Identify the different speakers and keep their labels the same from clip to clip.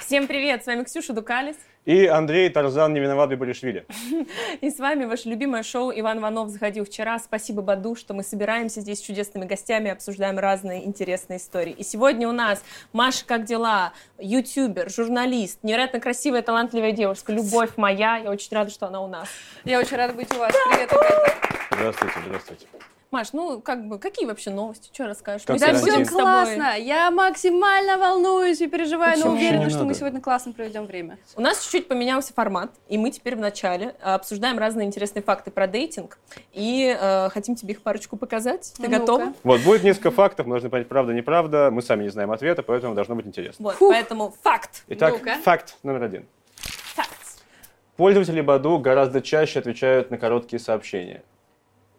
Speaker 1: Всем привет, с вами Ксюша Дукалис,
Speaker 2: И Андрей Тарзан не виноват Бибулишвили.
Speaker 1: и с вами ваше любимое шоу «Иван Иванов заходил вчера». Спасибо, Баду, что мы собираемся здесь с чудесными гостями, обсуждаем разные интересные истории. И сегодня у нас Маша, как дела, ютубер, журналист, невероятно красивая, талантливая девушка, любовь моя. Я очень рада, что она у нас.
Speaker 3: Я очень рада быть у вас. Привет, ребята.
Speaker 2: Здравствуйте, здравствуйте.
Speaker 1: Маш, ну, как бы, какие вообще новости? Что расскажешь?
Speaker 2: Как
Speaker 1: Мы
Speaker 3: Да
Speaker 2: Карантин.
Speaker 3: все
Speaker 1: всё
Speaker 3: классно. Я максимально волнуюсь и переживаю,
Speaker 2: Почему?
Speaker 3: но уверена,
Speaker 2: Не
Speaker 3: что
Speaker 2: надо.
Speaker 3: мы сегодня классно проведем время.
Speaker 1: У нас чуть-чуть поменялся формат, и мы теперь вначале э, обсуждаем разные интересные факты про дейтинг, и э, хотим тебе их парочку показать. Ты
Speaker 3: А Ну-ка.
Speaker 1: готова?
Speaker 2: Вот, будет несколько фактов, мы должны понять, правда, неправда. Мы сами не знаем ответа, поэтому должно быть интересно.
Speaker 1: Вот,
Speaker 3: Фух.
Speaker 1: поэтому факт.
Speaker 2: Итак,
Speaker 3: Ну-ка.
Speaker 2: факт номер один.
Speaker 1: Факт.
Speaker 2: Пользователи Баду гораздо чаще отвечают на короткие сообщения.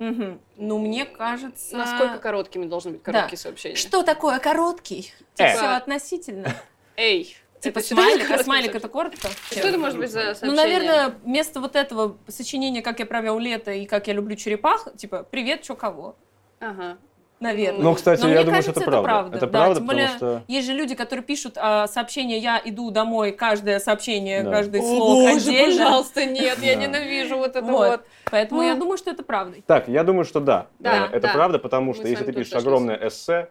Speaker 1: Мгм. Ну, мне кажется...
Speaker 3: Насколько короткими должны быть короткие сообщения?
Speaker 1: Что такое короткий?
Speaker 2: Э.
Speaker 1: Все Типа относительно.
Speaker 3: Эй.
Speaker 1: Типа
Speaker 3: это считается
Speaker 1: смайлик, а
Speaker 3: коротким
Speaker 1: смайлик это
Speaker 3: сообщением?
Speaker 1: коротко?
Speaker 3: Что это может быть за
Speaker 1: Ну,
Speaker 3: сообщение?
Speaker 1: наверное, вместо вот этого сочинения «Как я провел лето» и «Как я люблю черепах», типа «Привет, чё кого?»
Speaker 3: Ага.
Speaker 1: Наверное.
Speaker 2: Ну, кстати,
Speaker 1: Но
Speaker 2: я
Speaker 1: мне
Speaker 2: думаю,
Speaker 1: кажется,
Speaker 2: что это
Speaker 1: это
Speaker 2: правда.
Speaker 1: правда.
Speaker 2: Это
Speaker 1: Да,
Speaker 2: правда,
Speaker 1: тем
Speaker 2: потому
Speaker 1: более-
Speaker 2: что...
Speaker 1: Есть же люди, которые пишут а, сообщение «Я иду домой», каждое сообщение,
Speaker 2: Да.
Speaker 1: каждое
Speaker 3: О,
Speaker 1: слово
Speaker 3: боже,
Speaker 1: отдельно.
Speaker 3: пожалуйста, нет, я
Speaker 2: Да.
Speaker 3: ненавижу вот это
Speaker 1: Вот.
Speaker 3: вот.
Speaker 1: Поэтому я
Speaker 3: А.
Speaker 1: думаю, что это правда.
Speaker 2: Так, я думаю, что да.
Speaker 3: Да,
Speaker 2: Э, это
Speaker 3: да.
Speaker 2: правда, потому
Speaker 3: Мы
Speaker 2: что
Speaker 3: с
Speaker 2: если
Speaker 3: вами
Speaker 2: ты
Speaker 3: тут
Speaker 2: пишешь
Speaker 3: сошлись.
Speaker 2: огромное эссе,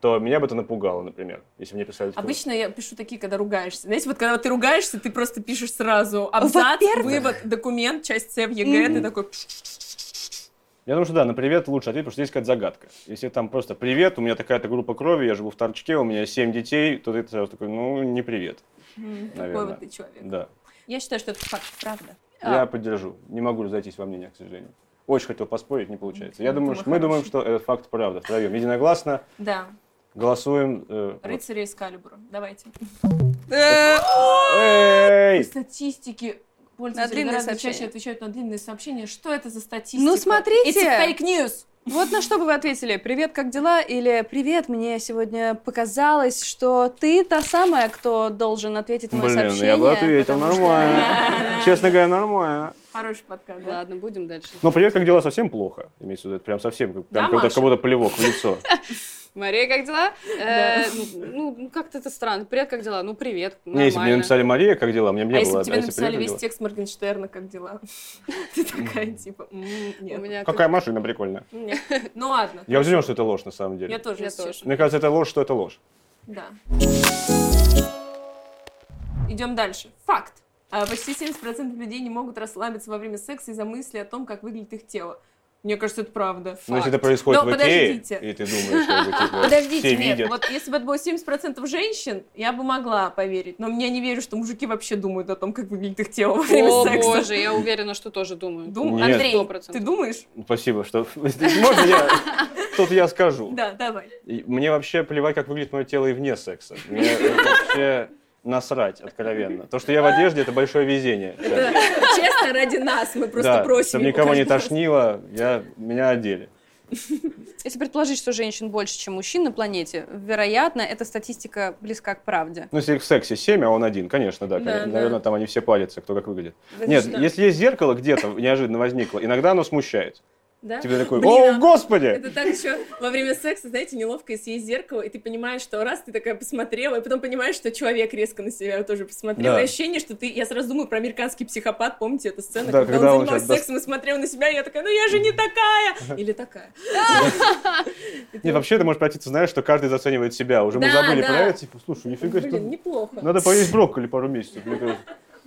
Speaker 2: то меня бы это напугало, например, если бы мне писали... такое.
Speaker 1: Обычно я пишу такие, когда ругаешься. Знаете, вот когда ты ругаешься, ты просто пишешь сразу абзац, вывод, документ, часть С в ЕГЭ, ты такой...
Speaker 2: Я думаю, что да, на привет лучше ответить, потому что здесь какая-то загадка. Если там просто привет, у меня такая-то группа крови, я живу в торчке, у меня семь детей, то ты сразу такой, ну, не привет.
Speaker 1: «М, Такой
Speaker 2: Наверное.
Speaker 1: вот ты человек.
Speaker 2: Да.
Speaker 1: Я считаю, что это факт, правда.
Speaker 2: Я поддержу. Не могу разойтись во мнениях, к сожалению. Очень хотел поспорить, не получается. Я
Speaker 1: Ну,
Speaker 2: думаю,
Speaker 1: ты
Speaker 2: что мы
Speaker 1: хороший.
Speaker 2: думаем, что этот факт правда. Втроем единогласно
Speaker 1: Да.
Speaker 2: голосуем. э, вот.
Speaker 1: Рыцари из Калибра. Давайте.
Speaker 3: Э,
Speaker 2: Эй!
Speaker 1: Статистики
Speaker 3: На
Speaker 1: пользователи
Speaker 3: длинные
Speaker 1: гораздо
Speaker 3: сообщения.
Speaker 1: чаще отвечают на длинные сообщения. Что это за статистика?
Speaker 3: Ну, смотрите!
Speaker 1: It's fake news!
Speaker 3: Вот на что бы вы ответили? Привет, как дела? Или привет, мне сегодня показалось, что ты та самая, кто должен ответить на мое
Speaker 2: Блин,
Speaker 3: сообщение.
Speaker 2: я бы ответил
Speaker 3: потому что-
Speaker 2: нормально. Честно говоря, нормально.
Speaker 1: Хороший подкаст, да?
Speaker 3: Ладно, будем дальше.
Speaker 2: Но привет, как дела, совсем плохо. Имеется в виду, это прям совсем, как-
Speaker 1: Да,
Speaker 2: прям как будто
Speaker 1: Маша?
Speaker 2: кого-то плевок в лицо.
Speaker 3: Мария, как дела?
Speaker 1: Да.
Speaker 3: Э, Ну, ну, как-то это странно. Привет, как дела? Ну, привет,
Speaker 2: Не, если бы мне
Speaker 3: нормально.
Speaker 2: написали Мария, как дела, мне бы
Speaker 1: а
Speaker 2: не
Speaker 1: если
Speaker 2: было.
Speaker 1: бы тебе
Speaker 2: «Привет,
Speaker 1: написали
Speaker 2: как
Speaker 1: весь
Speaker 2: дела?»
Speaker 1: текст Моргенштерна, как дела? Ты такая, типа, «М,
Speaker 3: У
Speaker 1: нет.
Speaker 3: меня
Speaker 2: Какая машина прикольная.
Speaker 1: Нет. Ну ладно.
Speaker 2: Я Ну, удивлен, что это ложь на самом
Speaker 1: Я
Speaker 2: деле.
Speaker 1: тоже,
Speaker 3: Я
Speaker 1: если
Speaker 3: тоже.
Speaker 1: честно.
Speaker 2: Мне кажется, это ложь, что это ложь.
Speaker 1: Да. Идем дальше. Факт. А, Почти 70% людей не могут расслабиться во время секса из-за мысли о том, как выглядит их тело. Мне кажется, это правда.
Speaker 2: Но Ну, если это происходит
Speaker 1: Но
Speaker 2: в Икее,
Speaker 1: подождите.
Speaker 2: и ты думаешь, что это, типа,
Speaker 1: Подождите,
Speaker 2: все
Speaker 1: нет,
Speaker 2: видят.
Speaker 1: вот если бы это было 70% женщин, я бы могла поверить, но я не верю, что мужики вообще думают о том, как выглядит их тело во время
Speaker 3: О,
Speaker 1: секса.
Speaker 3: боже, я уверена, что тоже думаю.
Speaker 1: Дум-
Speaker 2: Нет.
Speaker 1: Андрей,
Speaker 3: 100%.
Speaker 1: ты думаешь?
Speaker 2: ну, Спасибо, что... Можно я... Тут я скажу.
Speaker 1: Да, давай.
Speaker 2: И Мне вообще плевать, как выглядит мое тело и вне секса. Мне вообще насрать, откровенно. То, что я в одежде, это большое везение.
Speaker 1: Это честно ради нас, мы просто
Speaker 2: да,
Speaker 1: просим.
Speaker 2: чтобы
Speaker 1: у
Speaker 2: никого не
Speaker 1: каждого.
Speaker 2: тошнило, я, меня одели.
Speaker 3: Если предположить, что женщин больше, чем мужчин на планете, вероятно, эта статистика близка к правде.
Speaker 2: Ну, если в сексе 7, а он один, конечно, да.
Speaker 1: Да,
Speaker 2: конечно.
Speaker 1: да.
Speaker 2: Наверное, там они все палятся, кто как выглядит.
Speaker 3: Да ты
Speaker 2: Нет,
Speaker 3: что?
Speaker 2: если есть зеркало где-то, неожиданно возникло, иногда оно смущает.
Speaker 1: Да?
Speaker 2: Тебе такой,
Speaker 1: Блин,
Speaker 2: о,
Speaker 1: а
Speaker 2: господи!
Speaker 1: Это так еще во время секса, знаете, неловко, если есть зеркало, и ты понимаешь, что раз ты такая посмотрела, и потом понимаешь, что человек резко на себя тоже посмотрел.
Speaker 2: Да.
Speaker 1: И ощущение, что ты... Я сразу думаю про американский психопат, помните эту сцену,
Speaker 2: Да,
Speaker 1: когда,
Speaker 2: когда
Speaker 1: он
Speaker 2: он
Speaker 1: занимался
Speaker 2: щас
Speaker 1: сексом и смотрел на себя, и я такая, ну я же не такая! Или такая.
Speaker 2: Не, вообще это может пройти, ты знаешь, что каждый заценивает себя. Уже мы
Speaker 1: Да,
Speaker 2: забыли
Speaker 1: да.
Speaker 2: про это, типа, слушай, нифига себе.
Speaker 1: Блин, неплохо.
Speaker 2: Надо поесть брокколи пару месяцев. мне кажется.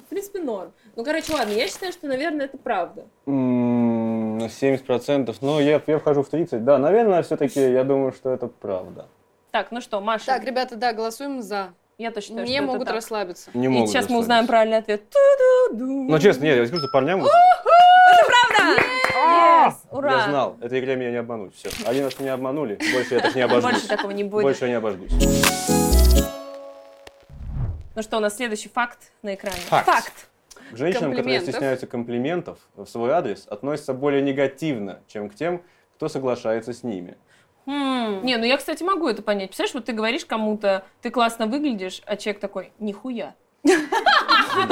Speaker 1: В принципе, норм. Ну, короче, ладно, я считаю, что, наверное, это правда.
Speaker 2: М, 70%. Ну, я, я вхожу в 30. Да, наверное, все-таки я думаю, что это правда.
Speaker 1: Так, ну что, Маша,
Speaker 3: Так, ребята, да, голосуем за.
Speaker 1: я точно
Speaker 3: Не могут расслабиться.
Speaker 2: Не
Speaker 1: И
Speaker 2: могут
Speaker 1: сейчас мы
Speaker 2: заставить.
Speaker 1: узнаем правильный ответ.
Speaker 2: Ну, честно, нет, я скажу, что парням... вот-
Speaker 1: Yes! Ура!
Speaker 2: Я знал, этой игре меня не обмануть. Все, они нас не обманули, больше я так не обожгусь.
Speaker 1: А Больше такого не будет.
Speaker 2: Больше я не обожгусь.
Speaker 1: Ну что, у нас следующий факт на экране.
Speaker 2: Факт.
Speaker 1: Факт.
Speaker 2: К женщинам, которые
Speaker 3: Комплиментов.
Speaker 2: стесняются комплиментов в свой адрес, относятся более негативно, чем к тем, кто соглашается с ними.
Speaker 1: М, Не, ну я, кстати, могу это понять. Представляешь, вот ты говоришь кому-то, ты классно выглядишь, а человек такой, нихуя.
Speaker 3: Я,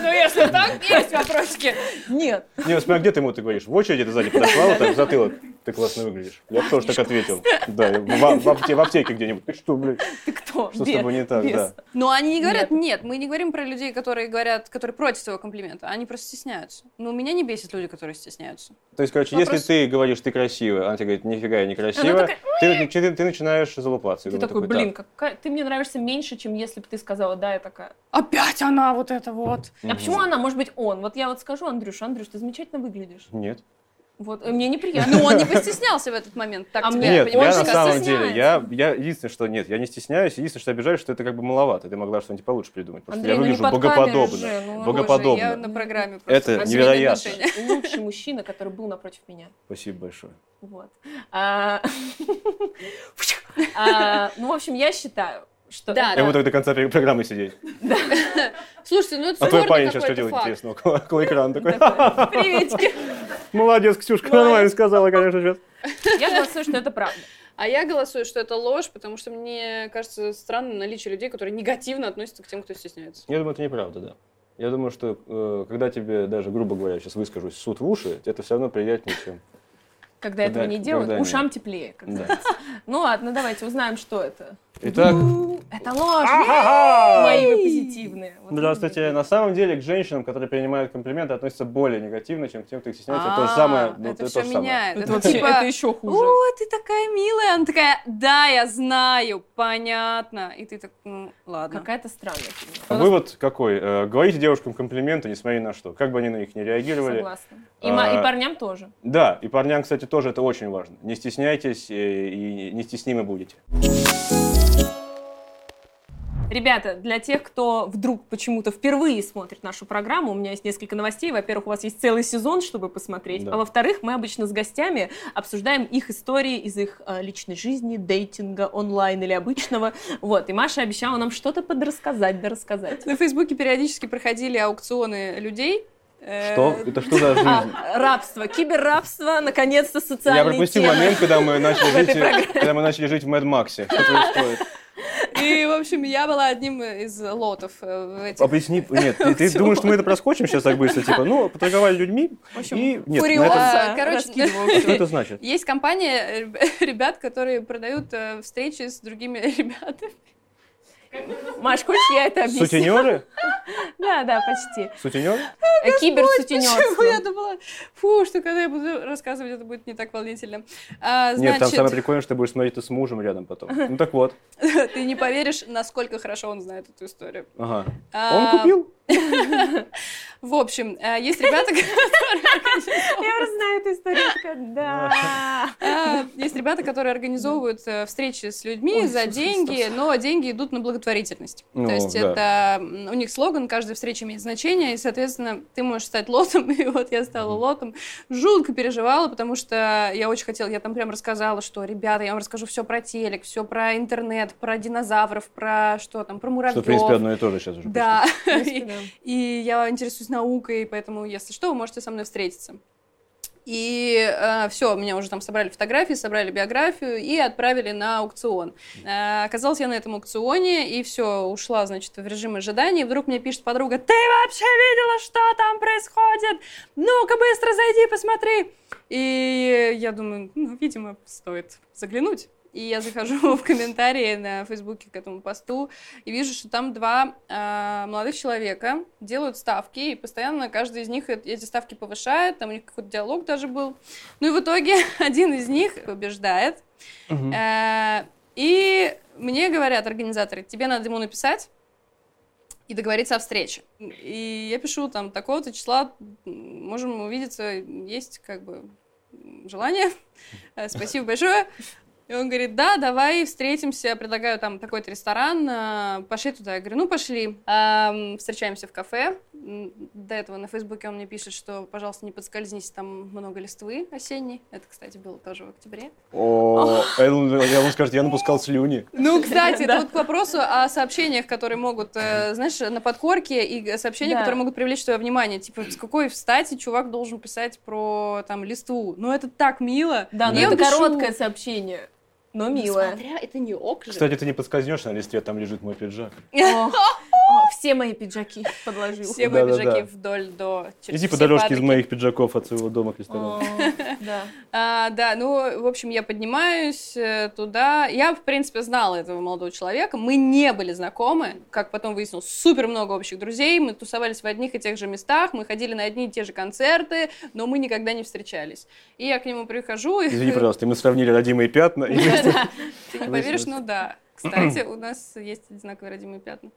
Speaker 3: ну если так, есть вопросики.
Speaker 1: Нет.
Speaker 2: а Не, ну, смотря где ты ему ты говоришь? В очереди ты сзади подошла, вот так в затылок. ты классно выглядишь. Я бы тоже так ответил. Да, я в, в апте- в аптеке где-нибудь. Ты что, блядь,
Speaker 1: Ты кто?
Speaker 2: что с
Speaker 1: Бес.
Speaker 2: тобой не так,
Speaker 1: бес.
Speaker 2: да.
Speaker 3: Но они не говорят нет. Мы не говорим про людей, которые говорят, которые против своего комплимента. Они просто стесняются. Но меня не бесит люди, которые стесняются.
Speaker 2: То есть, короче,
Speaker 3: Вопрос-
Speaker 2: если ты говоришь, ты красивая, она тебе говорит, нифига я не красивая,
Speaker 1: такая,
Speaker 2: ты, ты- ты начинаешь залупаться. Я
Speaker 1: Ты
Speaker 2: думаю,
Speaker 1: такой,
Speaker 2: «Так,
Speaker 1: блин, какая... ты мне нравишься меньше, чем если бы ты сказала, да, я такая.
Speaker 3: Опять она вот это вот.
Speaker 1: А почему она? Может быть, он. Вот я вот скажу, Андрюш, Андрюш, ты замечательно выглядишь.
Speaker 2: Нет.
Speaker 1: Вот, э, мне неприятно.
Speaker 3: Ну, он не постеснялся в этот момент. Так
Speaker 1: А
Speaker 3: тебе,
Speaker 1: мне-
Speaker 2: Нет, я
Speaker 1: понимаешь,
Speaker 2: на
Speaker 1: как
Speaker 2: самом
Speaker 1: стесняется.
Speaker 2: деле, я, я единственное, что нет, я не стесняюсь, единственное, что обижаюсь, что это как бы маловато, ты могла что-нибудь получше придумать, потому что
Speaker 1: Андрей,
Speaker 2: я
Speaker 1: ну не
Speaker 2: выгляжу
Speaker 1: под камеру
Speaker 2: богоподобно,
Speaker 1: же, ну, боже,
Speaker 2: богоподобно.
Speaker 3: я на программе
Speaker 2: Это
Speaker 3: просто. на семейные
Speaker 2: невероятно.
Speaker 3: отношения.
Speaker 1: Лучший мужчина, который был напротив меня.
Speaker 2: Спасибо большое.
Speaker 1: Вот. А, а, Ну, в общем, я считаю, что...
Speaker 3: Да,
Speaker 2: Я буду до конца пер- программы сидеть.
Speaker 3: Слушайте, ну это
Speaker 2: А твой
Speaker 3: спорный
Speaker 2: парень сейчас
Speaker 3: какой-то
Speaker 2: что делает
Speaker 3: факт.
Speaker 2: интересно около, около экрана такой.
Speaker 1: Такой, Приветики.
Speaker 2: Молодец, Ксюшка,
Speaker 1: Молодец.
Speaker 2: нормально сказала, конечно, сейчас.
Speaker 1: Я голосую, что это правда.
Speaker 3: А я голосую, что это ложь, потому что мне кажется странным наличие людей, которые негативно относятся к тем, кто стесняется.
Speaker 2: Я думаю, это неправда, да. Я думаю, что э, когда тебе даже, грубо говоря, сейчас выскажусь, суд в уши, это все равно приятнее, чем...
Speaker 1: Когда этого не
Speaker 2: Когда-
Speaker 1: делают,
Speaker 2: когда
Speaker 1: ушам теплее. как
Speaker 2: Да.
Speaker 1: говорится. Ну ладно, давайте узнаем, что это.
Speaker 2: Итак,
Speaker 1: Это ложь.
Speaker 2: Ага!
Speaker 1: Мои вы позитивные. Вот
Speaker 2: Здравствуйте. На самом деле к женщинам, которые принимают комплименты, относятся более негативно, чем к тем, кто их стесняется. Это то же самое. ну,
Speaker 3: А, это
Speaker 2: то
Speaker 3: все
Speaker 2: же самое.
Speaker 3: меняет.
Speaker 1: Это вообще это еще хуже.
Speaker 3: О, ты такая милая. Она такая, да, я знаю, понятно. И ты так, ну, ладно.
Speaker 1: Какая-то странная фигня.
Speaker 2: Вывод какой? Э, Говорите девушкам комплименты, несмотря ни на что. Как бы они на них не реагировали.
Speaker 1: Согласна. И, ма- и
Speaker 2: А,
Speaker 1: парням тоже.
Speaker 2: Да, и парням, кстати, тоже это очень важно. Не стесняйтесь э, и не стеснимы будете.
Speaker 1: Ребята, для тех, кто вдруг почему-то впервые смотрит нашу программу, у меня есть несколько новостей. Во-первых, у вас есть целый сезон, чтобы посмотреть.
Speaker 2: Да.
Speaker 1: А во-вторых, мы обычно с гостями обсуждаем их истории из их э, личной жизни, дейтинга, онлайн или обычного. Вот, и Маша обещала нам что-то подрассказать, дорассказать.
Speaker 3: На Фейсбуке периодически проходили аукционы людей. Э,
Speaker 2: Что? Это что за жизнь?
Speaker 1: А, рабство, киберрабство, наконец-то социальные
Speaker 2: Я пропустил
Speaker 1: темы.
Speaker 2: момент, когда мы начали
Speaker 1: этой
Speaker 2: жить, когда мы начали жить в Мэд Максе. Что происходит?
Speaker 3: И, в общем, я была одним из лотов э, в этих.
Speaker 2: Объясни. Нет, ты, ты думаешь, что мы это проскочим сейчас так быстро? Типа, ну, поторговали людьми
Speaker 1: В общем,
Speaker 2: и... Нет, на
Speaker 3: курьез.
Speaker 2: этом-
Speaker 1: Куриоза,
Speaker 3: короче,
Speaker 1: раскидываю.
Speaker 2: Что это значит?
Speaker 3: Есть компания э, ребят, которые продают э, встречи с другими ребятами.
Speaker 1: Маш, хочешь, я это объясню?
Speaker 2: Сутенеры?
Speaker 1: Да, да, почти.
Speaker 2: Сутенеры?
Speaker 1: Э,
Speaker 3: Почему я
Speaker 1: Киберсутенерство.
Speaker 3: думала, фу, что когда я буду рассказывать, это будет не так волнительно. А,
Speaker 2: Нет, там
Speaker 3: значит,
Speaker 2: самое прикольное, что ты будешь смотреть это с мужем рядом потом. Ну так вот.
Speaker 3: ты не поверишь, насколько хорошо он знает эту историю.
Speaker 2: Ага.
Speaker 3: А,
Speaker 2: Он купил.
Speaker 3: В общем, а, есть ребята, которые...
Speaker 1: Я уже знаю эту историю. такая, Да.
Speaker 3: а, Есть ребята, которые организовывают э, встречи с людьми
Speaker 1: Ой,
Speaker 3: за
Speaker 1: слушай,
Speaker 3: деньги, но деньги идут на благотворительность.
Speaker 2: Ну,
Speaker 3: То есть
Speaker 2: да.
Speaker 3: это м, у них слоган «Каждая встреча имеет значение», и, соответственно, ты можешь стать лотом, и вот я стала
Speaker 2: Мгм.
Speaker 3: лотом. Жутко переживала, потому что я очень хотела, я там прям рассказала, что, ребята, я вам расскажу все про телек, все про интернет, про динозавров, про что там, про
Speaker 2: Что, в принципе,
Speaker 3: муравьев.
Speaker 2: одно и то же сейчас уже.
Speaker 3: Да,
Speaker 1: В принципе, да.
Speaker 3: и я интересуюсь наукой, поэтому, если что, вы можете со мной встретиться. И все, меня уже там собрали фотографии, собрали биографию и отправили на аукцион. Э, оказалась я на этом аукционе, и все, ушла, значит, в режим ожидания. И вдруг мне пишет подруга, ты вообще видела, что там происходит? Ну-ка, быстро зайди, посмотри. И я думаю, ну, видимо, стоит заглянуть. И я захожу в комментарии на Фейсбуке к этому посту и вижу, что там два а, молодых человека делают ставки, и постоянно каждый из них э- эти ставки повышает, там у них какой-то диалог даже был. Ну и в итоге один из них побеждает.
Speaker 2: Мгм.
Speaker 3: Э, И мне говорят организаторы, тебе надо ему написать и договориться о встрече. И я пишу там такого-то числа, м, можем увидеться, есть как бы м, желание. Э, Спасибо большое. И он говорит, да, давай встретимся, предлагаю там такой-то ресторан, э, пошли туда. Я говорю, ну пошли, Эм, встречаемся в кафе. М, До этого на Фейсбуке он мне пишет, что, пожалуйста, не подскользнись, там много листвы осенней. Это, кстати, было тоже в октябре.
Speaker 2: О, я думал, я вам скажет, я напускал слюни.
Speaker 3: Ну, кстати,
Speaker 1: Да.
Speaker 3: это вот к вопросу о сообщениях, которые могут, э, знаешь, на подкорке, и сообщения,
Speaker 1: Да.
Speaker 3: которые могут привлечь твое внимание. Типа, с какой стати чувак должен писать про, там, листву? Ну, это так мило.
Speaker 1: Да, но
Speaker 3: Я
Speaker 1: это
Speaker 3: пишу,
Speaker 1: короткое сообщение, но
Speaker 3: «Ну,
Speaker 1: милое.
Speaker 3: Смотря, это не ок же.
Speaker 2: Кстати, ты не подскользнешь на листе, там лежит мой пиджак.
Speaker 1: О, о, все мои пиджаки подложил.
Speaker 3: Все мои
Speaker 2: Да-да-да.
Speaker 3: пиджаки вдоль до... через
Speaker 2: Иди
Speaker 3: все
Speaker 2: по дорожке из
Speaker 3: падки.
Speaker 2: моих пиджаков от своего дома к ресторану.
Speaker 1: О, Да.
Speaker 3: А, да, ну, в общем, я поднимаюсь э, туда. Я, в принципе, знала этого молодого человека. Мы не были знакомы, как потом выяснилось, супер много общих друзей. Мы тусовались в одних и тех же местах, мы ходили на одни и те же концерты, но мы никогда не встречались. И я к нему прихожу. и-
Speaker 2: Извини, пожалуйста, мы сравнили родимые пятна. и-
Speaker 3: Да, Ты не
Speaker 2: Выяснилось.
Speaker 3: поверишь, но да. Кстати, у нас есть одинаковые родимые пятна.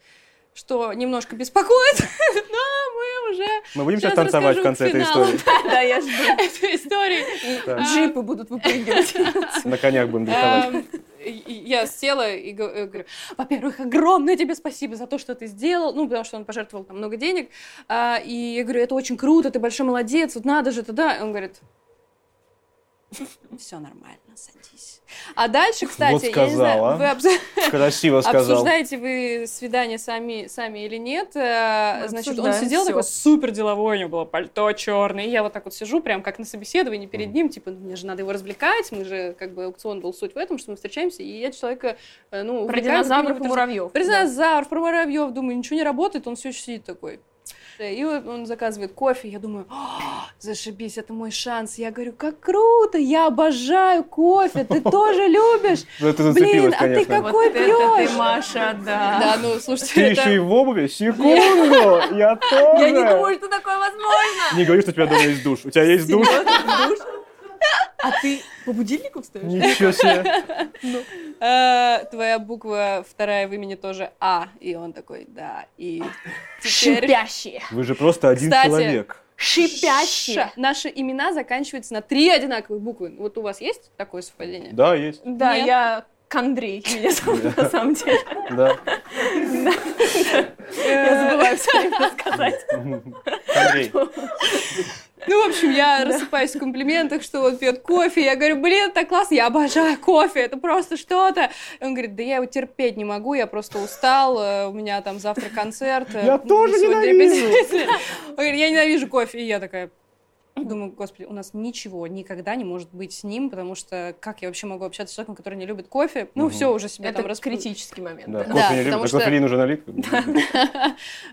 Speaker 3: Что немножко беспокоит, но мы уже
Speaker 2: Мы будем сейчас
Speaker 3: Сейчас
Speaker 2: танцевать в
Speaker 3: расскажу
Speaker 2: конце
Speaker 3: к
Speaker 2: этой
Speaker 3: финалу.
Speaker 2: истории.
Speaker 1: Да, я жду.
Speaker 3: эту историю
Speaker 2: Так,
Speaker 1: Джипы будут выпрыгивать.
Speaker 2: На конях будем дрифтовать.
Speaker 3: Эм, и- и Я села и го- э, говорю, во-первых, огромное тебе спасибо за то, что ты сделал, ну, потому что он пожертвовал там много денег, А, и я говорю, это очень круто, ты большой молодец, вот надо же, туда. И Он говорит, все нормально, садись. А дальше, кстати, я не знаю,
Speaker 2: сказала.
Speaker 3: вы обс-
Speaker 2: Красиво сказал.
Speaker 3: обсуждаете вы свидание сами, сами или нет. э,
Speaker 1: Мы
Speaker 3: Значит, он
Speaker 1: обсуждаем
Speaker 3: сидел
Speaker 1: всё.
Speaker 3: такой супер деловой, у него было пальто черное. И я вот так вот сижу, прям как на собеседовании перед
Speaker 2: Мгм.
Speaker 3: ним, типа, мне же надо его развлекать, мы же, как бы, аукцион был суть в этом, что мы встречаемся, и я человека, э, ну,
Speaker 1: Про
Speaker 3: увлекаю,
Speaker 1: динозавров и
Speaker 3: какими-то
Speaker 1: муравьев.
Speaker 3: про динозавр, про муравьев, думаю, ничего не работает, он все еще сидит такой. Э, И вот он заказывает кофе, я думаю, «А, зашибись, это мой шанс. Я говорю, как круто, я обожаю кофе, ты тоже любишь.
Speaker 2: Ну, ты
Speaker 3: Блин,
Speaker 2: зацепилась,
Speaker 3: а
Speaker 2: конечно.
Speaker 3: ты как-
Speaker 1: Вот
Speaker 3: Какой
Speaker 1: это
Speaker 3: пьёшь?
Speaker 1: ты, Маша, да.
Speaker 3: Да, ну, слушайте,
Speaker 2: Ты
Speaker 3: это-
Speaker 2: еще и в обуви? Секунду! Я тоже!
Speaker 1: Я не думаю, что такое возможно.
Speaker 2: Не говори, что у тебя дома есть душ. У тебя есть душ?
Speaker 1: Душ? А ты по будильнику встаешь?
Speaker 2: Ничего себе.
Speaker 3: Э, твоя буква вторая в имени тоже А. И он такой, да. И теперь...
Speaker 1: Шипящие.
Speaker 2: Вы же просто один
Speaker 3: Кстати,
Speaker 2: человек.
Speaker 1: Шипящие.
Speaker 3: Ша- Наши имена заканчиваются на три одинаковые буквы. Вот у вас есть такое совпадение?
Speaker 2: Да, есть.
Speaker 1: Да,
Speaker 3: Нет.
Speaker 1: я Кондрей, меня зовут на самом деле.
Speaker 2: Да.
Speaker 1: Я забываю все время сказать.
Speaker 2: Андрей.
Speaker 3: Ну, в общем, я рассыпаюсь в комплиментах, что он пьет кофе. Я говорю, блин, так классно, я обожаю кофе, это просто что-то. И он говорит, да я его терпеть не могу, я просто устал, э, у меня там завтра концерт. э,
Speaker 2: Я
Speaker 3: мы
Speaker 2: тоже
Speaker 3: сегодня
Speaker 2: ненавижу.
Speaker 3: репетиции». Он говорит, я ненавижу кофе. И я такая, думаю, господи, у нас ничего никогда не может быть с ним, потому что как я вообще могу общаться с человеком, который не любит кофе? Ну,
Speaker 2: Мгм.
Speaker 3: все уже себя
Speaker 1: Это
Speaker 3: там расп-
Speaker 1: критический момент.
Speaker 2: Да,
Speaker 1: да.
Speaker 2: кофе не
Speaker 3: потому
Speaker 2: любит, а
Speaker 3: что-
Speaker 2: кофеин уже налит.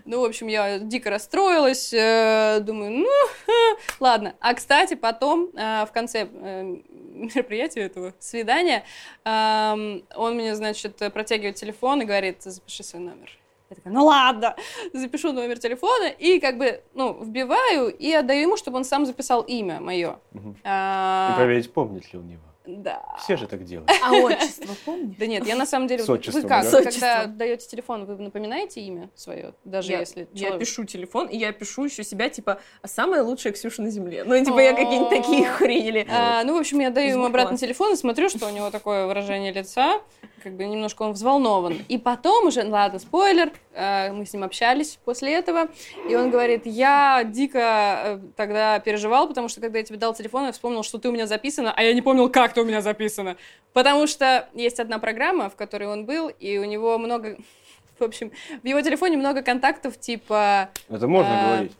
Speaker 3: Ну, в общем, я дико расстроилась, э, думаю, ну, ладно. А, кстати, потом э, в конце э, мероприятия этого свидания эм, он мне, значит, протягивает телефон и говорит, запиши свой номер. Я такая, ну ладно, запишу номер телефона и как бы, ну, вбиваю и отдаю ему, чтобы он сам записал имя мое.
Speaker 2: Мгм. И
Speaker 3: А,
Speaker 2: проверить, помнит ли он его.
Speaker 3: да.
Speaker 2: Все же так делают.
Speaker 1: А отчество помнишь?
Speaker 3: Да нет, я на самом деле...
Speaker 2: С
Speaker 3: вот- Вы
Speaker 2: отчеством,
Speaker 1: да?
Speaker 3: как,
Speaker 1: С
Speaker 3: когда
Speaker 1: отчеством.
Speaker 3: даете телефон, вы напоминаете имя свое, даже если...
Speaker 1: я
Speaker 3: человек-
Speaker 1: пишу телефон, и я пишу еще себя, типа, самая лучшая Ксюша на земле. Ну, типа, я какие-нибудь такие хренили.
Speaker 3: А, ну, в общем, я даю ему
Speaker 1: Звук
Speaker 3: обратно
Speaker 1: классный.
Speaker 3: телефон и смотрю, что у него такое выражение лица, как бы немножко он взволнован. И потом уже, ну ладно, спойлер, э, мы с ним общались после этого, и он говорит, я дико э, тогда переживал, потому что когда я тебе дал телефон, я вспомнил, что ты у меня записана, а я не помнил, как ты у меня записана. Потому что есть одна программа, в которой он был, и у него много... В общем, в его телефоне много контактов типа...
Speaker 2: Это можно
Speaker 3: А.
Speaker 2: говорить.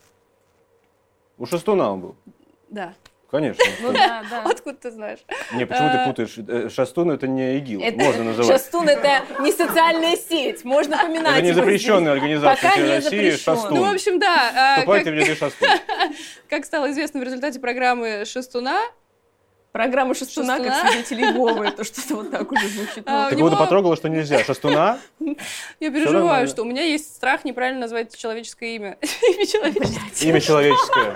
Speaker 2: У Шестуна он был.
Speaker 3: Да.
Speaker 2: Конечно.
Speaker 1: Ну да, да.
Speaker 3: Откуда ты знаешь?
Speaker 2: Не, почему ты
Speaker 3: А.
Speaker 2: путаешь? Э, Шастун это не ИГИЛ.
Speaker 1: Это-
Speaker 2: Ну, Можно называть.
Speaker 1: Шастун — это не социальная сеть, можно поминать.
Speaker 2: Это не
Speaker 1: его
Speaker 2: запрещенная организация
Speaker 1: Пока не
Speaker 2: России.
Speaker 1: запрещенная.
Speaker 3: Ну, в
Speaker 2: Шастун.
Speaker 3: общем, да. э,
Speaker 2: Вступайте
Speaker 3: как-
Speaker 2: в ряды Шастун.
Speaker 3: Как стало известно в результате программы Шестуна,
Speaker 1: здесь. Программа Шастуна,
Speaker 3: Шастуна.
Speaker 1: как свидетели Иеговы, это что-то вот так уже звучит. ну.
Speaker 3: А,
Speaker 2: Ты
Speaker 3: у него-
Speaker 2: кого-то потрогала, что нельзя. Шастуна?
Speaker 3: я
Speaker 2: нормально.
Speaker 3: переживаю, что у меня есть страх неправильно назвать человеческое имя. Имя человеческое.
Speaker 2: Имя человеческое.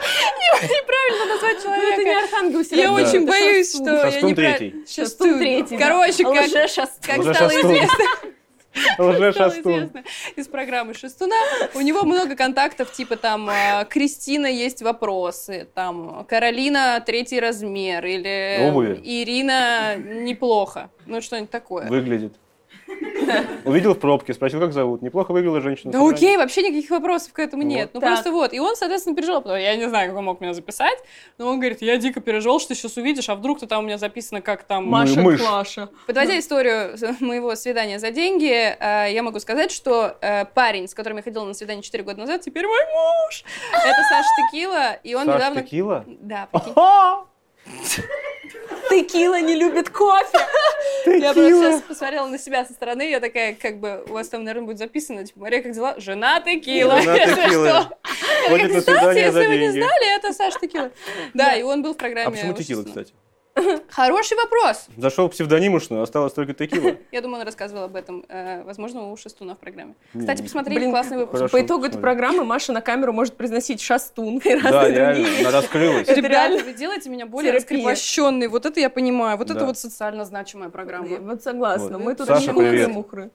Speaker 3: Неправильно назвать
Speaker 1: Ну, это не
Speaker 3: человека.
Speaker 1: Архангел
Speaker 3: Я
Speaker 1: Серафим,
Speaker 3: очень
Speaker 1: это
Speaker 3: боюсь,
Speaker 1: Шастун.
Speaker 3: что я
Speaker 2: Шастун
Speaker 3: неправильно-
Speaker 2: третий.
Speaker 1: Шастун третий. да.
Speaker 3: Короче, как-
Speaker 1: Лже-шастун.
Speaker 3: как
Speaker 2: Уже
Speaker 3: стало
Speaker 2: Шастун.
Speaker 3: известно,
Speaker 2: Уже
Speaker 3: стало
Speaker 2: Шастун.
Speaker 3: известно из программы Шестуна, у него много контактов, типа там э, Кристина есть вопросы, там Каролина третий размер или
Speaker 2: Обуви.
Speaker 3: Ирина неплохо, ну что-нибудь такое.
Speaker 2: Выглядит. Увидел в пробке, спросил, как зовут. Неплохо выглядела женщина.
Speaker 3: Да окей, вообще никаких вопросов к этому
Speaker 2: Ну, Вот
Speaker 3: нет. Ну
Speaker 1: так.
Speaker 3: просто вот. И он, соответственно, переживал, потому что я не знаю, как он мог меня записать, но он говорит, я дико переживал, что ты сейчас увидишь, а вдруг ты там у меня записано как там...
Speaker 2: Ма-
Speaker 1: Маша
Speaker 2: мышь.
Speaker 1: Клаша.
Speaker 3: Подводя историю с- моего свидания за деньги, э, я могу сказать, что э, парень, с которым я ходила на свидание 4 года назад, теперь мой муж. Это Саша Текила, и он
Speaker 2: Саш,
Speaker 3: недавно...
Speaker 2: текила?
Speaker 3: Да, прикинь.
Speaker 1: Текила не любит кофе.
Speaker 3: Я просто сейчас посмотрела на себя со стороны, я такая, как бы, у вас там, наверное, будет записано, типа, Мария, как дела? Жена текила.
Speaker 2: Жена
Speaker 3: Если
Speaker 2: текила.
Speaker 3: что. Я
Speaker 2: Ходит
Speaker 3: такая,
Speaker 2: на
Speaker 3: «Кстати,
Speaker 2: свидание
Speaker 3: если
Speaker 2: за
Speaker 3: вы не
Speaker 2: деньги».
Speaker 3: знали, это Саша Текила. Да, и он был в программе.
Speaker 2: А почему текила,
Speaker 3: «Ужас».
Speaker 2: кстати?
Speaker 3: Хороший вопрос.
Speaker 2: Зашел в псевдонимушную, осталось только текила.
Speaker 3: Я думаю, он рассказывал об этом, э, возможно, у Шестуна в программе.
Speaker 2: Не,
Speaker 3: Кстати,
Speaker 2: не.
Speaker 3: посмотрели
Speaker 1: Блин,
Speaker 3: классный выпуск.
Speaker 2: Хорошо,
Speaker 1: По итогу этой
Speaker 2: посмотрим.
Speaker 1: программы Маша на камеру может произносить шастун и
Speaker 2: Да,
Speaker 1: разные
Speaker 2: реально,
Speaker 1: другие.
Speaker 2: она раскрылась.
Speaker 1: Это
Speaker 3: Ребята,
Speaker 1: реально
Speaker 3: вы делаете меня более
Speaker 1: терапия.
Speaker 3: раскрепощенной. Вот это я понимаю. Вот это
Speaker 2: Да.
Speaker 3: вот социально значимая программа.
Speaker 1: Вот согласна,
Speaker 2: Вот.
Speaker 1: мы тут
Speaker 2: Саша,
Speaker 1: очень умные
Speaker 2: привет.
Speaker 1: мухры,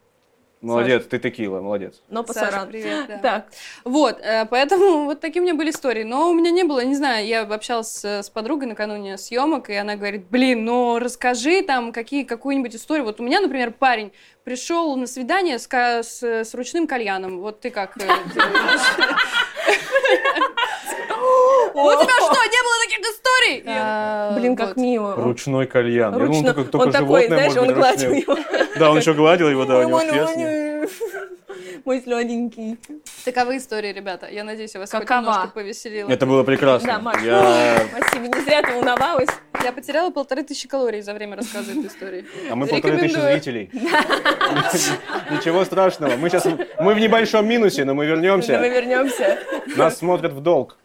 Speaker 2: Молодец, ты текила, молодец.
Speaker 1: но
Speaker 3: Саша,
Speaker 1: пасаран.
Speaker 3: привет. да.
Speaker 1: Так,
Speaker 3: Вот, э, поэтому вот такие у меня были истории. Но у меня не было, не знаю, я общалась э, с подругой накануне съемок, и она говорит, блин, ну расскажи там какие, какую-нибудь историю. Вот у меня, например, парень пришел на свидание с, ка- с, с ручным кальяном. Вот ты как... э, У тебя что, не было таких историй? Я-
Speaker 1: блин, как
Speaker 3: А, Вот.
Speaker 1: мило.
Speaker 2: Ручной кальян. Я думал,
Speaker 1: Ручно-
Speaker 2: только, только
Speaker 1: он такой,
Speaker 2: животное
Speaker 1: знаешь,
Speaker 2: может
Speaker 1: он
Speaker 2: быть
Speaker 1: гладил
Speaker 2: ручным.
Speaker 1: его.
Speaker 2: Да, он еще гладил его, да, у него
Speaker 1: Ой,
Speaker 2: шерсть.
Speaker 1: Лёня. Мой сладенький.
Speaker 3: Таковы истории, ребята. Я надеюсь, я вас хоть
Speaker 1: Какова?
Speaker 3: немножко повеселила.
Speaker 2: Это было
Speaker 1: Да,
Speaker 2: прекрасно.
Speaker 1: Маш,
Speaker 2: Я-
Speaker 1: спасибо, не зря ты волновалась.
Speaker 3: Я потеряла полторы тысячи калорий за время рассказа этой истории.
Speaker 2: А мы полторы тысячи
Speaker 3: Рекомендую.
Speaker 2: зрителей. Ничего страшного. Мы сейчас мы в небольшом минусе, но мы
Speaker 1: Когда мы
Speaker 2: вернемся.
Speaker 1: вернемся.
Speaker 2: Нас смотрят в долг.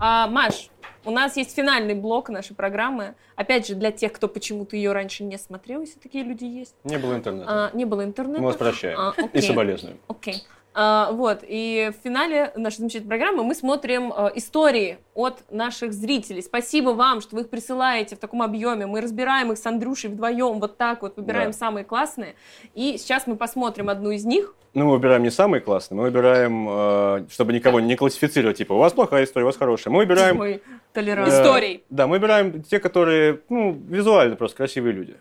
Speaker 1: А, Маш, у нас есть финальный блок нашей программы. Опять же, для тех, кто почему-то ее раньше не смотрел, если такие люди есть.
Speaker 2: Не было интернета.
Speaker 1: А, не было интернета.
Speaker 2: Мы вас прощаем.
Speaker 1: А,
Speaker 2: И
Speaker 1: окей.
Speaker 2: соболезнуем.
Speaker 1: Окей. А, вот, и в финале нашей замечательной программы мы смотрим э, истории от наших зрителей. Спасибо вам, что вы их присылаете в таком объеме. Мы разбираем их с Андрюшей вдвоем, вот так вот, выбираем
Speaker 2: Да.
Speaker 1: самые классные. И сейчас мы посмотрим одну из них.
Speaker 2: Ну, мы выбираем не самые классные, мы выбираем, э, чтобы никого не классифицировать, типа, у вас плохая история, у вас хорошая. Мы выбираем...
Speaker 1: Ой,
Speaker 2: э,
Speaker 1: толерант.
Speaker 3: Историй.
Speaker 2: Да, мы выбираем те, которые, ну, визуально просто красивые люди.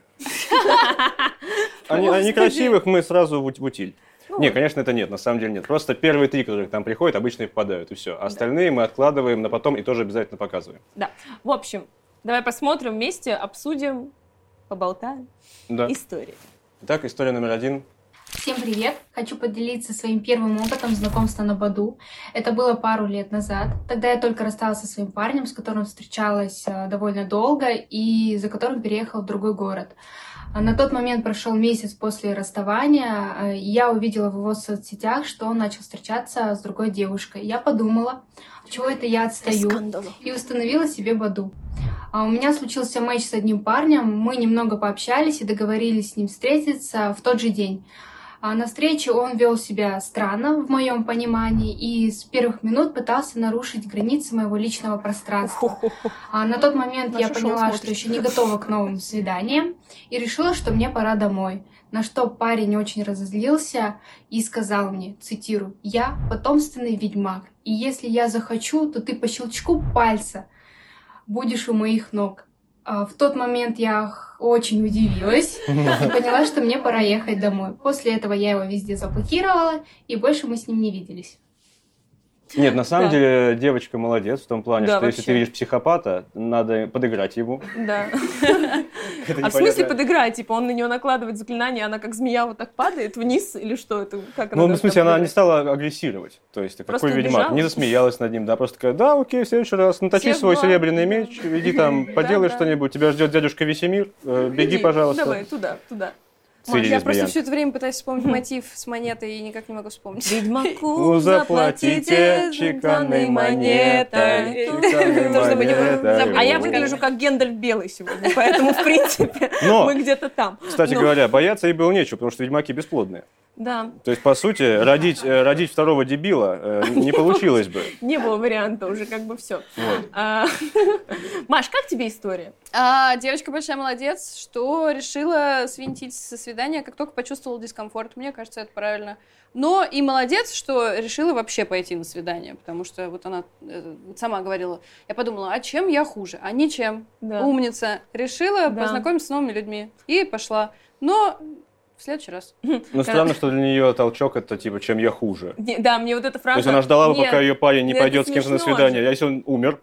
Speaker 2: Они, они
Speaker 3: Господи.
Speaker 2: красивых, мы сразу в ут- в утиль.
Speaker 1: Ну,
Speaker 2: Не, конечно, это нет, на самом деле нет. Просто первые три, которые к нам приходят, обычно и попадают, и все. Остальные мы откладываем на потом и тоже обязательно показываем.
Speaker 1: В общем, давай посмотрим вместе, обсудим, поболтаем.
Speaker 2: Да.
Speaker 1: Истории.
Speaker 2: Итак, история номер один.
Speaker 4: Всем привет! Хочу поделиться своим первым опытом знакомства на Баду. Это было пару лет назад. Тогда я только рассталась со своим парнем, с которым встречалась э, довольно долго и за которым переехала в другой город. А На тот момент прошел месяц после расставания, э, и я увидела в его соцсетях, что он начал встречаться с другой девушкой. Я подумала, чего это я отстаю и установила себе Баду. А у меня случился матч с одним парнем, мы немного пообщались и договорились с ним встретиться в тот же день. А на встрече он вел себя странно, в моем понимании, и с первых минут пытался нарушить границы моего личного пространства. А на тот момент я
Speaker 1: Наше шоу
Speaker 4: поняла,
Speaker 1: смотришь.
Speaker 4: что еще не готова к новым свиданиям, и решила, что мне пора домой. На что парень очень разозлился и сказал мне, цитирую, «Я потомственный ведьмак, и если я захочу, то ты по щелчку пальца будешь у моих ног». А, В тот момент я х- очень удивилась и поняла, что мне пора ехать домой. После этого я его везде заблокировала, и больше мы с ним не виделись.
Speaker 2: Нет, на самом
Speaker 1: Да.
Speaker 2: деле девочка молодец в том плане,
Speaker 1: Да,
Speaker 2: что если ты
Speaker 1: вообще.
Speaker 2: видишь психопата, надо подыграть ему.
Speaker 1: Да.
Speaker 2: Это
Speaker 1: А в смысле
Speaker 2: непонятно.
Speaker 1: подыграть? Типа он на нее накладывает заклинание, она как змея вот так падает вниз или что? Это как
Speaker 2: Ну,
Speaker 1: она
Speaker 2: в смысле,
Speaker 1: должна
Speaker 2: она не
Speaker 1: подыграть?
Speaker 2: стала агрессировать. То есть,
Speaker 1: Просто
Speaker 2: какой ведьмак?
Speaker 1: убежала.
Speaker 2: Не засмеялась над ним, да, просто такая, да, окей, в следующий раз наточи
Speaker 1: Всех
Speaker 2: свой
Speaker 1: благ.
Speaker 2: серебряный меч, иди там, поделай
Speaker 1: да.
Speaker 2: что-нибудь, тебя ждет дядюшка Весемир, э, беги,
Speaker 1: Иди, Давай,
Speaker 2: пожалуйста.
Speaker 1: туда, туда.
Speaker 2: Цели
Speaker 3: Маш, я просто
Speaker 2: лесбиян.
Speaker 3: все это время пытаюсь вспомнить мотив с монетой и никак не могу вспомнить.
Speaker 1: Ведьмаку
Speaker 2: Ну, заплатите
Speaker 1: чеканной
Speaker 2: чеканной монетой. чеканной
Speaker 1: Нужно быть-
Speaker 2: монетой.
Speaker 1: А я выгляжу как Гендальф белый сегодня, поэтому, в принципе,
Speaker 2: Но,
Speaker 1: мы где-то там.
Speaker 2: кстати
Speaker 1: Ну,
Speaker 2: говоря, бояться ей было нечего, потому что ведьмаки бесплодные.
Speaker 1: Да,
Speaker 2: То есть, по сути, родить, э, родить второго дебила э, не получилось бы.
Speaker 1: не было варианта уже, как бы все.
Speaker 2: Вот.
Speaker 1: Маш, как тебе история?
Speaker 3: А девочка большая молодец, что решила свинтить со свидания, как только почувствовала дискомфорт. Мне кажется, это правильно. Но и молодец, что решила вообще пойти на свидание, потому что вот она э, сама говорила. Я подумала, а чем я хуже? А ничем.
Speaker 1: Да.
Speaker 3: Умница. Решила
Speaker 1: Да.
Speaker 3: познакомиться с новыми людьми. И пошла. Но в следующий раз.
Speaker 2: Ну, странно, что для нее толчок это типа, чем я хуже.
Speaker 1: Не- Да, мне вот эта
Speaker 2: То
Speaker 1: фраза...
Speaker 2: есть она ждала бы,
Speaker 1: Нет,
Speaker 2: пока ее парень не
Speaker 1: нет,
Speaker 2: пойдет
Speaker 1: это
Speaker 2: с кем-то на
Speaker 1: смешно
Speaker 2: свидание. А если он умер?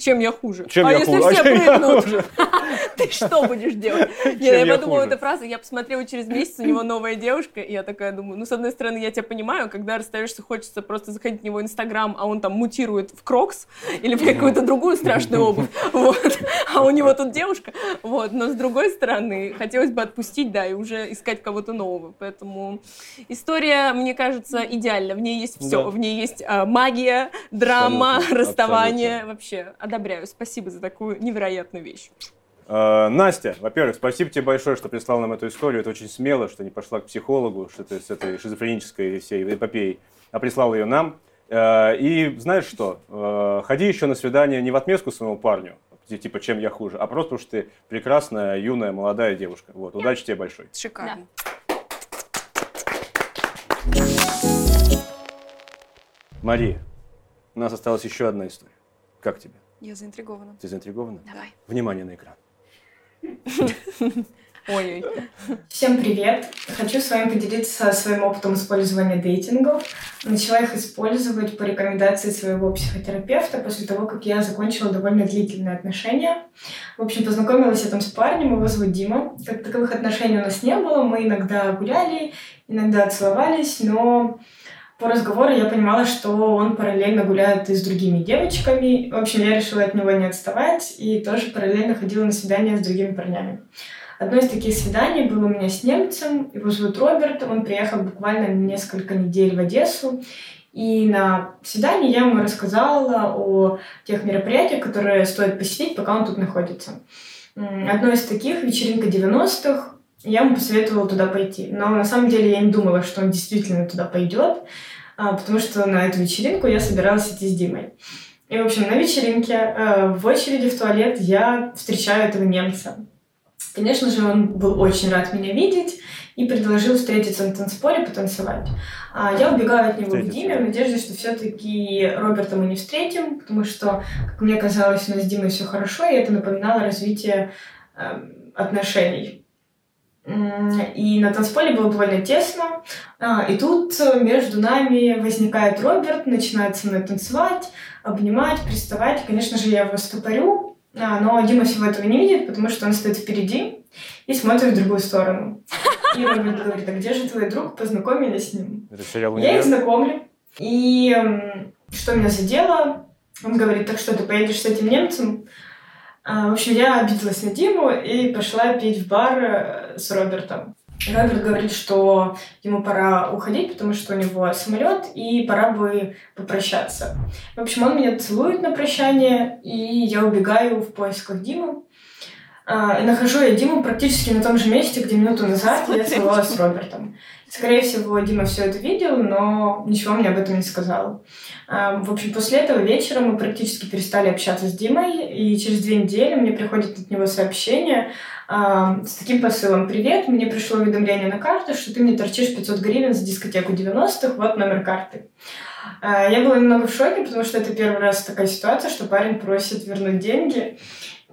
Speaker 1: Чем я хуже?
Speaker 2: Чем
Speaker 1: а
Speaker 2: я
Speaker 1: если
Speaker 2: хуже? А
Speaker 1: все
Speaker 2: чем я
Speaker 1: прыгнут,
Speaker 2: хуже?
Speaker 1: ты что будешь делать?
Speaker 2: Чем
Speaker 1: Нет, я
Speaker 2: я
Speaker 1: подумала,
Speaker 2: хуже?
Speaker 1: эта фраза, я посмотрела через месяц, у него новая девушка, и я такая думаю, ну, с одной стороны, я тебя понимаю, когда расстаешься, хочется просто заходить в него Инстаграм, а он там мутирует в Крокс или в какую-то другую страшную обувь, вот, а у него тут девушка, вот, но с другой стороны, хотелось бы отпустить, да, и уже искать кого-то нового, поэтому история, мне кажется, идеальна, в ней есть все,
Speaker 2: Да.
Speaker 1: в ней есть а, магия, драма,
Speaker 2: Абсолютно,
Speaker 1: расставание,
Speaker 2: абсолютно.
Speaker 1: вообще, одобряю, спасибо за такую невероятную вещь.
Speaker 2: Э, Настя, во-первых, спасибо тебе большое, что прислал нам эту историю. Это очень смело, что не пошла к психологу, что ты с этой шизофренической всей эпопеей, а прислал ее нам. Э, И знаешь что? Э, Ходи еще на свидание не в отместку своему парню, ти- типа чем я хуже, а просто потому что ты прекрасная, юная, молодая девушка. Вот, удачи тебе большой.
Speaker 3: Шикарно.
Speaker 2: Мария, у нас осталась еще одна история. Как тебе?
Speaker 3: Я заинтригована.
Speaker 2: Ты заинтригована?
Speaker 3: Давай.
Speaker 2: Внимание на экран.
Speaker 1: Ой-ой.
Speaker 5: Всем привет! Хочу с вами поделиться своим опытом использования дейтингов. Начала их использовать по рекомендации своего психотерапевта после того, как я закончила довольно длительные отношения. В общем, познакомилась я там с парнем, его зовут Дима. Как таковых отношений у нас не было, мы иногда гуляли, иногда целовались, но по разговору я понимала, что он параллельно гуляет и с другими девочками. В общем, я решила от него не отставать и тоже параллельно ходила на свидания с другими парнями. Одно из таких свиданий было у меня с немцем, его зовут Роберт, он приехал буквально на несколько недель в Одессу, и на свидании я ему рассказала о тех мероприятиях, которые стоит посетить, пока он тут находится. М, Одно из таких — вечеринка 90-х, я ему посоветовала туда пойти. Но на самом деле я не думала, что он действительно туда пойдет, а, потому что на эту вечеринку я собиралась идти с Димой. И, в общем, на вечеринке э, в очереди в туалет я встречаю этого немца. Конечно же, он был очень рад меня видеть и предложил встретиться на танцполе, потанцевать. А я убегаю от него к
Speaker 2: Встретиться,
Speaker 5: Диме в
Speaker 2: да.
Speaker 5: надежде, что все-таки Роберта мы не встретим, потому что, как мне казалось, у нас с Димой все хорошо, и это напоминало развитие э, отношений. М, И на танцполе было довольно тесно. А, и тут э, между нами возникает Роберт, начинает со мной танцевать, обнимать, приставать. Конечно же, я его стопорю, а, но Дима всего этого не видит, потому что он стоит впереди и смотрит в другую сторону. И Роберт говорит, а где же твой друг? Познакомь меня с ним.
Speaker 2: Это сериал
Speaker 5: Я
Speaker 2: «Универ».
Speaker 5: их знакомлю. И эм, что меня задело, он говорит, так что ты поедешь с этим немцем? А, в общем, я обиделась на Диму и пошла пить в бар э, с Робертом. Роберт говорит, что ему пора уходить, потому что у него самолет, и пора бы попрощаться. В общем, он меня целует на прощание, и я убегаю в поисках Димы. А, и нахожу я Диму практически на том же месте, где минуту назад я целовалась с Робертом. Скорее всего, Дима все это видел, но ничего мне об этом не сказал. А, В общем, после этого вечера мы практически перестали общаться с Димой, и через две недели мне приходит от него сообщение а, с таким посылом. «Привет, мне пришло уведомление на карту, что ты мне торчишь 500 гривен за дискотеку 90-х, вот номер карты». А, Я была немного в шоке, потому что это первый раз такая ситуация, что парень просит вернуть деньги.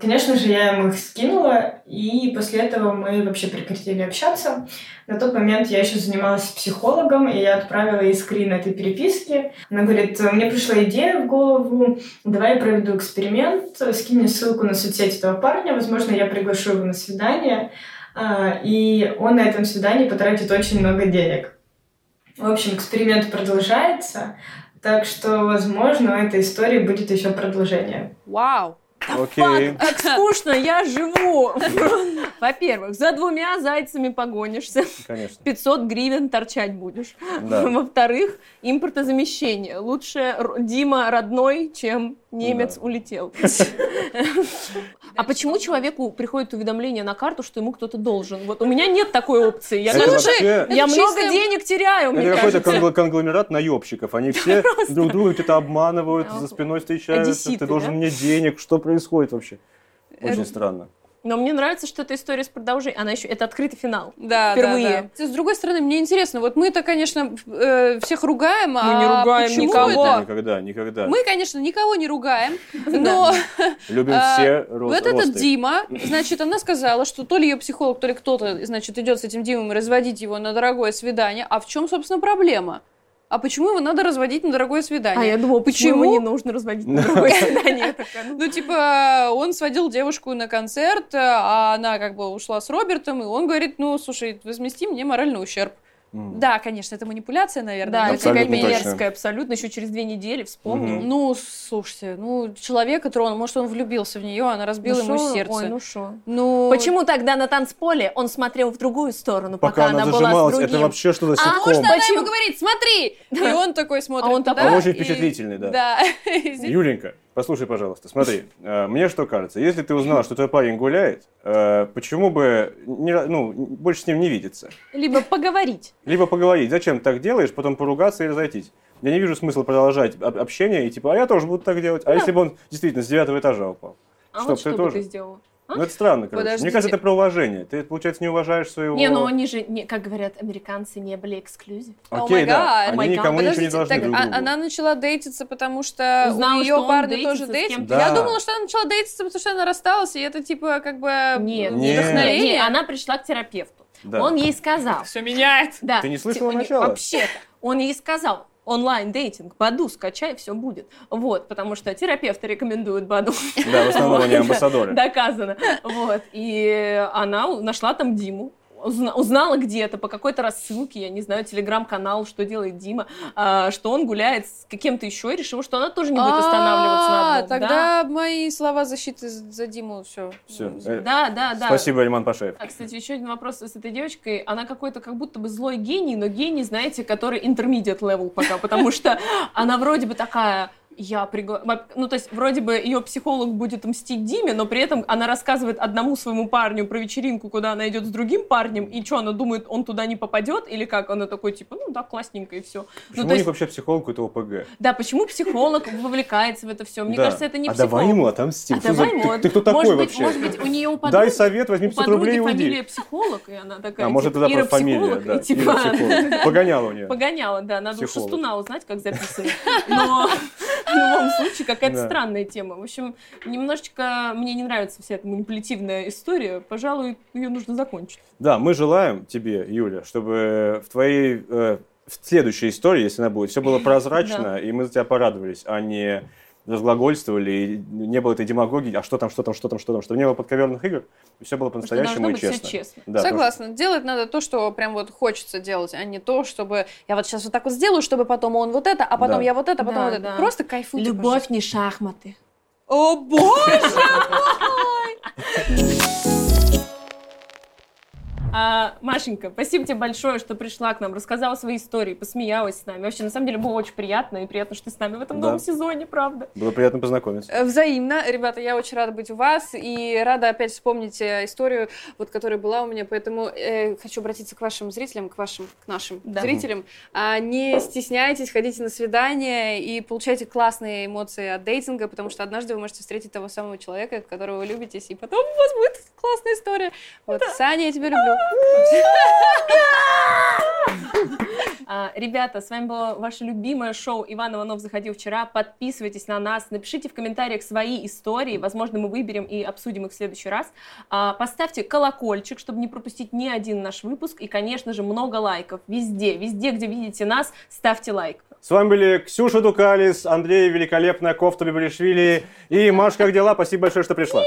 Speaker 5: Конечно же, я ему их скинула, и после этого мы вообще прекратили общаться. На тот момент я еще занималась психологом, и я отправила ей скрин этой переписки. Она говорит, мне пришла идея в голову, давай я проведу эксперимент, скинь мне ссылку на соцсеть этого парня, возможно, я приглашу его на свидание, а, и он на этом свидании потратит очень много денег. В общем, эксперимент продолжается, так что, возможно, у этой истории будет еще продолжение.
Speaker 3: Вау.
Speaker 2: Окей.
Speaker 1: Как скучно, я живу. Во-первых, за двумя зайцами погонишься,
Speaker 2: Конечно.
Speaker 1: 500 гривен торчать будешь.
Speaker 2: Да.
Speaker 1: Во-вторых, импортозамещение. Лучше Р- Дима родной, чем немец
Speaker 2: Да.
Speaker 1: улетел. А почему человеку приходит уведомление на карту, что ему кто-то должен? Вот у меня нет такой опции. Я
Speaker 2: Это
Speaker 1: даже-
Speaker 2: вообще-
Speaker 1: я
Speaker 3: это
Speaker 1: много
Speaker 3: чисто-
Speaker 1: денег теряю, мне
Speaker 2: Это какой-то
Speaker 1: кажется.
Speaker 2: конгл- конгломерат наебщиков. Они все друг друга где-то обманывают, за спиной встречаются.
Speaker 1: Одесситы,
Speaker 2: Ты должен
Speaker 1: да?
Speaker 2: мне денег. Что происходит вообще?
Speaker 3: Это-
Speaker 2: Очень странно.
Speaker 1: Но мне нравится, что эта история с продолжением. Она еще... Это открытый финал.
Speaker 3: Да,
Speaker 1: Впервые.
Speaker 3: да, да. С другой стороны, мне интересно, вот мы-то, конечно, э, всех ругаем, а
Speaker 1: Ну, не ругаем
Speaker 3: почему
Speaker 1: никого.
Speaker 3: это-
Speaker 2: Никогда, никогда.
Speaker 3: Мы, конечно, никого не ругаем, но
Speaker 2: Любим
Speaker 3: а,
Speaker 2: все роз-
Speaker 3: вот этот
Speaker 2: росты.
Speaker 3: Дима, значит, она сказала, что то ли ее психолог, то ли кто-то, значит, идет с этим Димом разводить его на дорогое свидание. А в чем, собственно, проблема? а почему его надо разводить на дорогое свидание?
Speaker 1: А я думала, почему
Speaker 3: Почему?
Speaker 1: не нужно разводить на другое свидание? Я такая, ну,
Speaker 3: Ну, типа, он сводил девушку на концерт, а она как бы ушла с Робертом, и он говорит, ну, слушай, возмести мне моральный ущерб.
Speaker 2: М.
Speaker 3: Да, конечно, это манипуляция, наверное.
Speaker 1: Да,
Speaker 3: но
Speaker 1: это
Speaker 2: Абсолютно
Speaker 1: какая-то
Speaker 3: тем не менее.
Speaker 2: точно.
Speaker 1: мерзкая, абсолютно. Еще через две недели вспомнил.
Speaker 2: Мгм.
Speaker 3: Ну, слушайте, ну, человека тронул, может, он влюбился в нее, она разбила ему сердце.
Speaker 1: Ой, ну шо.
Speaker 3: ну,
Speaker 1: Почему тогда на танцполе он смотрел в другую сторону, пока, она, была с
Speaker 2: зажималась,
Speaker 1: другим?
Speaker 2: это вообще что-то с
Speaker 3: А
Speaker 2: ситком.
Speaker 3: потому что она
Speaker 1: Почему?
Speaker 3: ему говорит, смотри! И он такой смотрит
Speaker 1: А он
Speaker 3: туда,
Speaker 1: такой,
Speaker 2: Он очень
Speaker 3: и-
Speaker 2: впечатлительный, да.
Speaker 3: Да. И здесь-
Speaker 2: Юленька, послушай, пожалуйста, смотри, э, мне что кажется, если ты узнала, что твой парень гуляет, э, почему бы не ра- ну, больше с ним не видеться?
Speaker 1: Либо поговорить.
Speaker 2: Либо поговорить, зачем ты так делаешь, потом поругаться и разойтись. Я не вижу смысла продолжать об- общение и типа, а я тоже буду так делать. А если бы он действительно с девятого этажа упал?
Speaker 1: А
Speaker 2: Чтоб
Speaker 1: вот
Speaker 2: ты
Speaker 1: что бы
Speaker 2: тоже.
Speaker 1: ты сделал? А?
Speaker 2: Ну это странно, короче.
Speaker 3: Подождите.
Speaker 2: Мне кажется, это про уважение. Ты, получается, не уважаешь своего...
Speaker 1: Не, ну они же, не- как говорят американцы, не были эксклюзив.
Speaker 2: Окей,
Speaker 3: Oh my God,
Speaker 2: да,
Speaker 1: oh my
Speaker 2: они
Speaker 1: God.
Speaker 2: никому ничего не
Speaker 3: Подождите,
Speaker 2: должны
Speaker 3: так,
Speaker 2: друг
Speaker 3: а-
Speaker 2: другу.
Speaker 3: она начала дейтиться, потому что
Speaker 1: Узнала, что
Speaker 3: у нее
Speaker 1: он
Speaker 3: парни
Speaker 1: дейтится
Speaker 3: тоже
Speaker 1: с
Speaker 3: дейтятся.
Speaker 1: кем-то.
Speaker 3: Я
Speaker 2: Да.
Speaker 3: думала, что она начала дейтиться, потому что она рассталась, и это типа как бы
Speaker 1: Нет,
Speaker 2: Нет.
Speaker 1: вдохновение.
Speaker 3: вдохновение.
Speaker 1: она пришла к терапевту.
Speaker 2: Да.
Speaker 1: Он ей сказал.
Speaker 3: Все меняет.
Speaker 1: Да.
Speaker 2: Ты не слышала
Speaker 1: Ти- не-
Speaker 2: начала?
Speaker 1: Вообще, он ей сказал. Онлайн-дейтинг, Баду, скачай, все будет. Вот, потому что терапевты рекомендуют Баду.
Speaker 2: Да, в основном они
Speaker 1: Да,
Speaker 2: амбассадоры.
Speaker 1: Доказано. Вот. И она у- нашла там Диму. Узна- Узнала где-то по какой-то рассылке, я не знаю, телеграм-канал, что делает Дима, а, что он гуляет с каким-то еще и решил, что она тоже не будет останавливаться на
Speaker 3: А,
Speaker 1: одном. Да.
Speaker 3: Тогда мои слова защиты за Диму все.
Speaker 2: Все.
Speaker 1: Да, да, да.
Speaker 2: Э, Спасибо, Риман Пашаев.
Speaker 1: А, кстати, еще один вопрос с этой девочкой. Она какой-то как будто бы злой гений, но гений, знаете, который intermediate level пока, потому что она вроде бы такая... Я пригла... во- Ну, то есть, вроде бы ее психолог будет мстить Диме, но при этом она рассказывает одному своему парню про вечеринку, куда она идет с другим парнем, и что, она думает, он туда не попадет, или как? Она такой, типа, ну да, классненько, и все.
Speaker 2: Почему
Speaker 1: ну,
Speaker 2: у
Speaker 1: то
Speaker 2: них
Speaker 1: есть,
Speaker 2: вообще психолог какой-то ОПГ?
Speaker 1: да, почему психолог вовлекается в это все? Мне
Speaker 2: Да.
Speaker 1: кажется, это не
Speaker 2: а
Speaker 1: психолог.
Speaker 2: давай ему отомстим.
Speaker 1: А
Speaker 2: Что за-
Speaker 1: давай ему
Speaker 2: ты-
Speaker 1: от-
Speaker 2: Ты кто такой
Speaker 1: может быть,
Speaker 2: вообще?
Speaker 1: Может быть, у нее у
Speaker 2: Дай
Speaker 1: подруги
Speaker 2: совет, возьми
Speaker 1: у
Speaker 2: 500
Speaker 1: подруги
Speaker 2: рублей и
Speaker 1: фамилия
Speaker 2: уйди.
Speaker 1: психолог, и она такая,
Speaker 2: А может
Speaker 1: типа,
Speaker 2: тогда
Speaker 1: Ира
Speaker 2: просто фамилия,
Speaker 1: психолог,
Speaker 2: да.
Speaker 1: и типа,
Speaker 2: Ира психолог. Погоняла у нее.
Speaker 1: погоняла, да, надо у
Speaker 2: Психолог.
Speaker 1: Шестуна узнать, как записано. Но в любом случае какая-то
Speaker 2: Да.
Speaker 1: странная тема. В общем, немножечко мне не нравится вся эта манипулятивная история. Пожалуй, ее нужно закончить.
Speaker 2: Да, мы желаем тебе, Юля, чтобы в твоей э, в следующей истории, если она будет, все было прозрачно, и мы за тебя порадовались, а не разглагольствовали, и не было этой демагогии, а что там, что там, что там, что там, чтобы не было подковерных игр, и все было
Speaker 1: Потому что должно
Speaker 2: по-настоящему и
Speaker 1: быть все
Speaker 2: честно.
Speaker 1: честно.
Speaker 2: Да, потому
Speaker 3: Согласна. Делать надо то, что прям вот хочется делать, а не то, чтобы я вот сейчас вот так вот сделаю, чтобы потом он вот это, а потом
Speaker 2: Да.
Speaker 3: я вот это, а потом
Speaker 1: Да,
Speaker 3: вот это.
Speaker 1: да.
Speaker 3: Просто кайфуйте. пожалуйста.
Speaker 1: не шахматы.
Speaker 3: О боже!
Speaker 1: А, Машенька, спасибо тебе большое, что пришла к нам, рассказала свои истории, посмеялась с нами. Вообще, на самом деле, было очень приятно, и приятно, что ты с нами в этом
Speaker 2: Да.
Speaker 1: новом сезоне, правда.
Speaker 2: что Было приятно познакомиться.
Speaker 3: Э, Взаимно. Ребята, я очень рада быть у вас и рада опять вспомнить э, историю, вот, которая была у меня, поэтому э, хочу обратиться к вашим зрителям, к вашим, к нашим
Speaker 1: Да.
Speaker 3: зрителям. А, не стесняйтесь, ходите на свидания и получайте классные эмоции от дейтинга, потому что однажды вы можете встретить того самого человека, которого вы любитесь, и потом у вас будет классная история. Вот, Саня, я тебя люблю.
Speaker 1: А, Ребята, с вами было ваше любимое шоу «Иван Иванов заходил вчера». Подписывайтесь на нас, напишите в комментариях свои истории. Возможно, мы выберем и обсудим их в следующий раз. А, Поставьте колокольчик, чтобы не пропустить ни один наш выпуск. И, конечно же, много лайков везде. Везде, где видите нас, ставьте лайк.
Speaker 2: С вами были Ксюша Дукалис, Андрей Великолепная, Кофта Бибришвили и Машка Как дела? Спасибо большое, что пришла.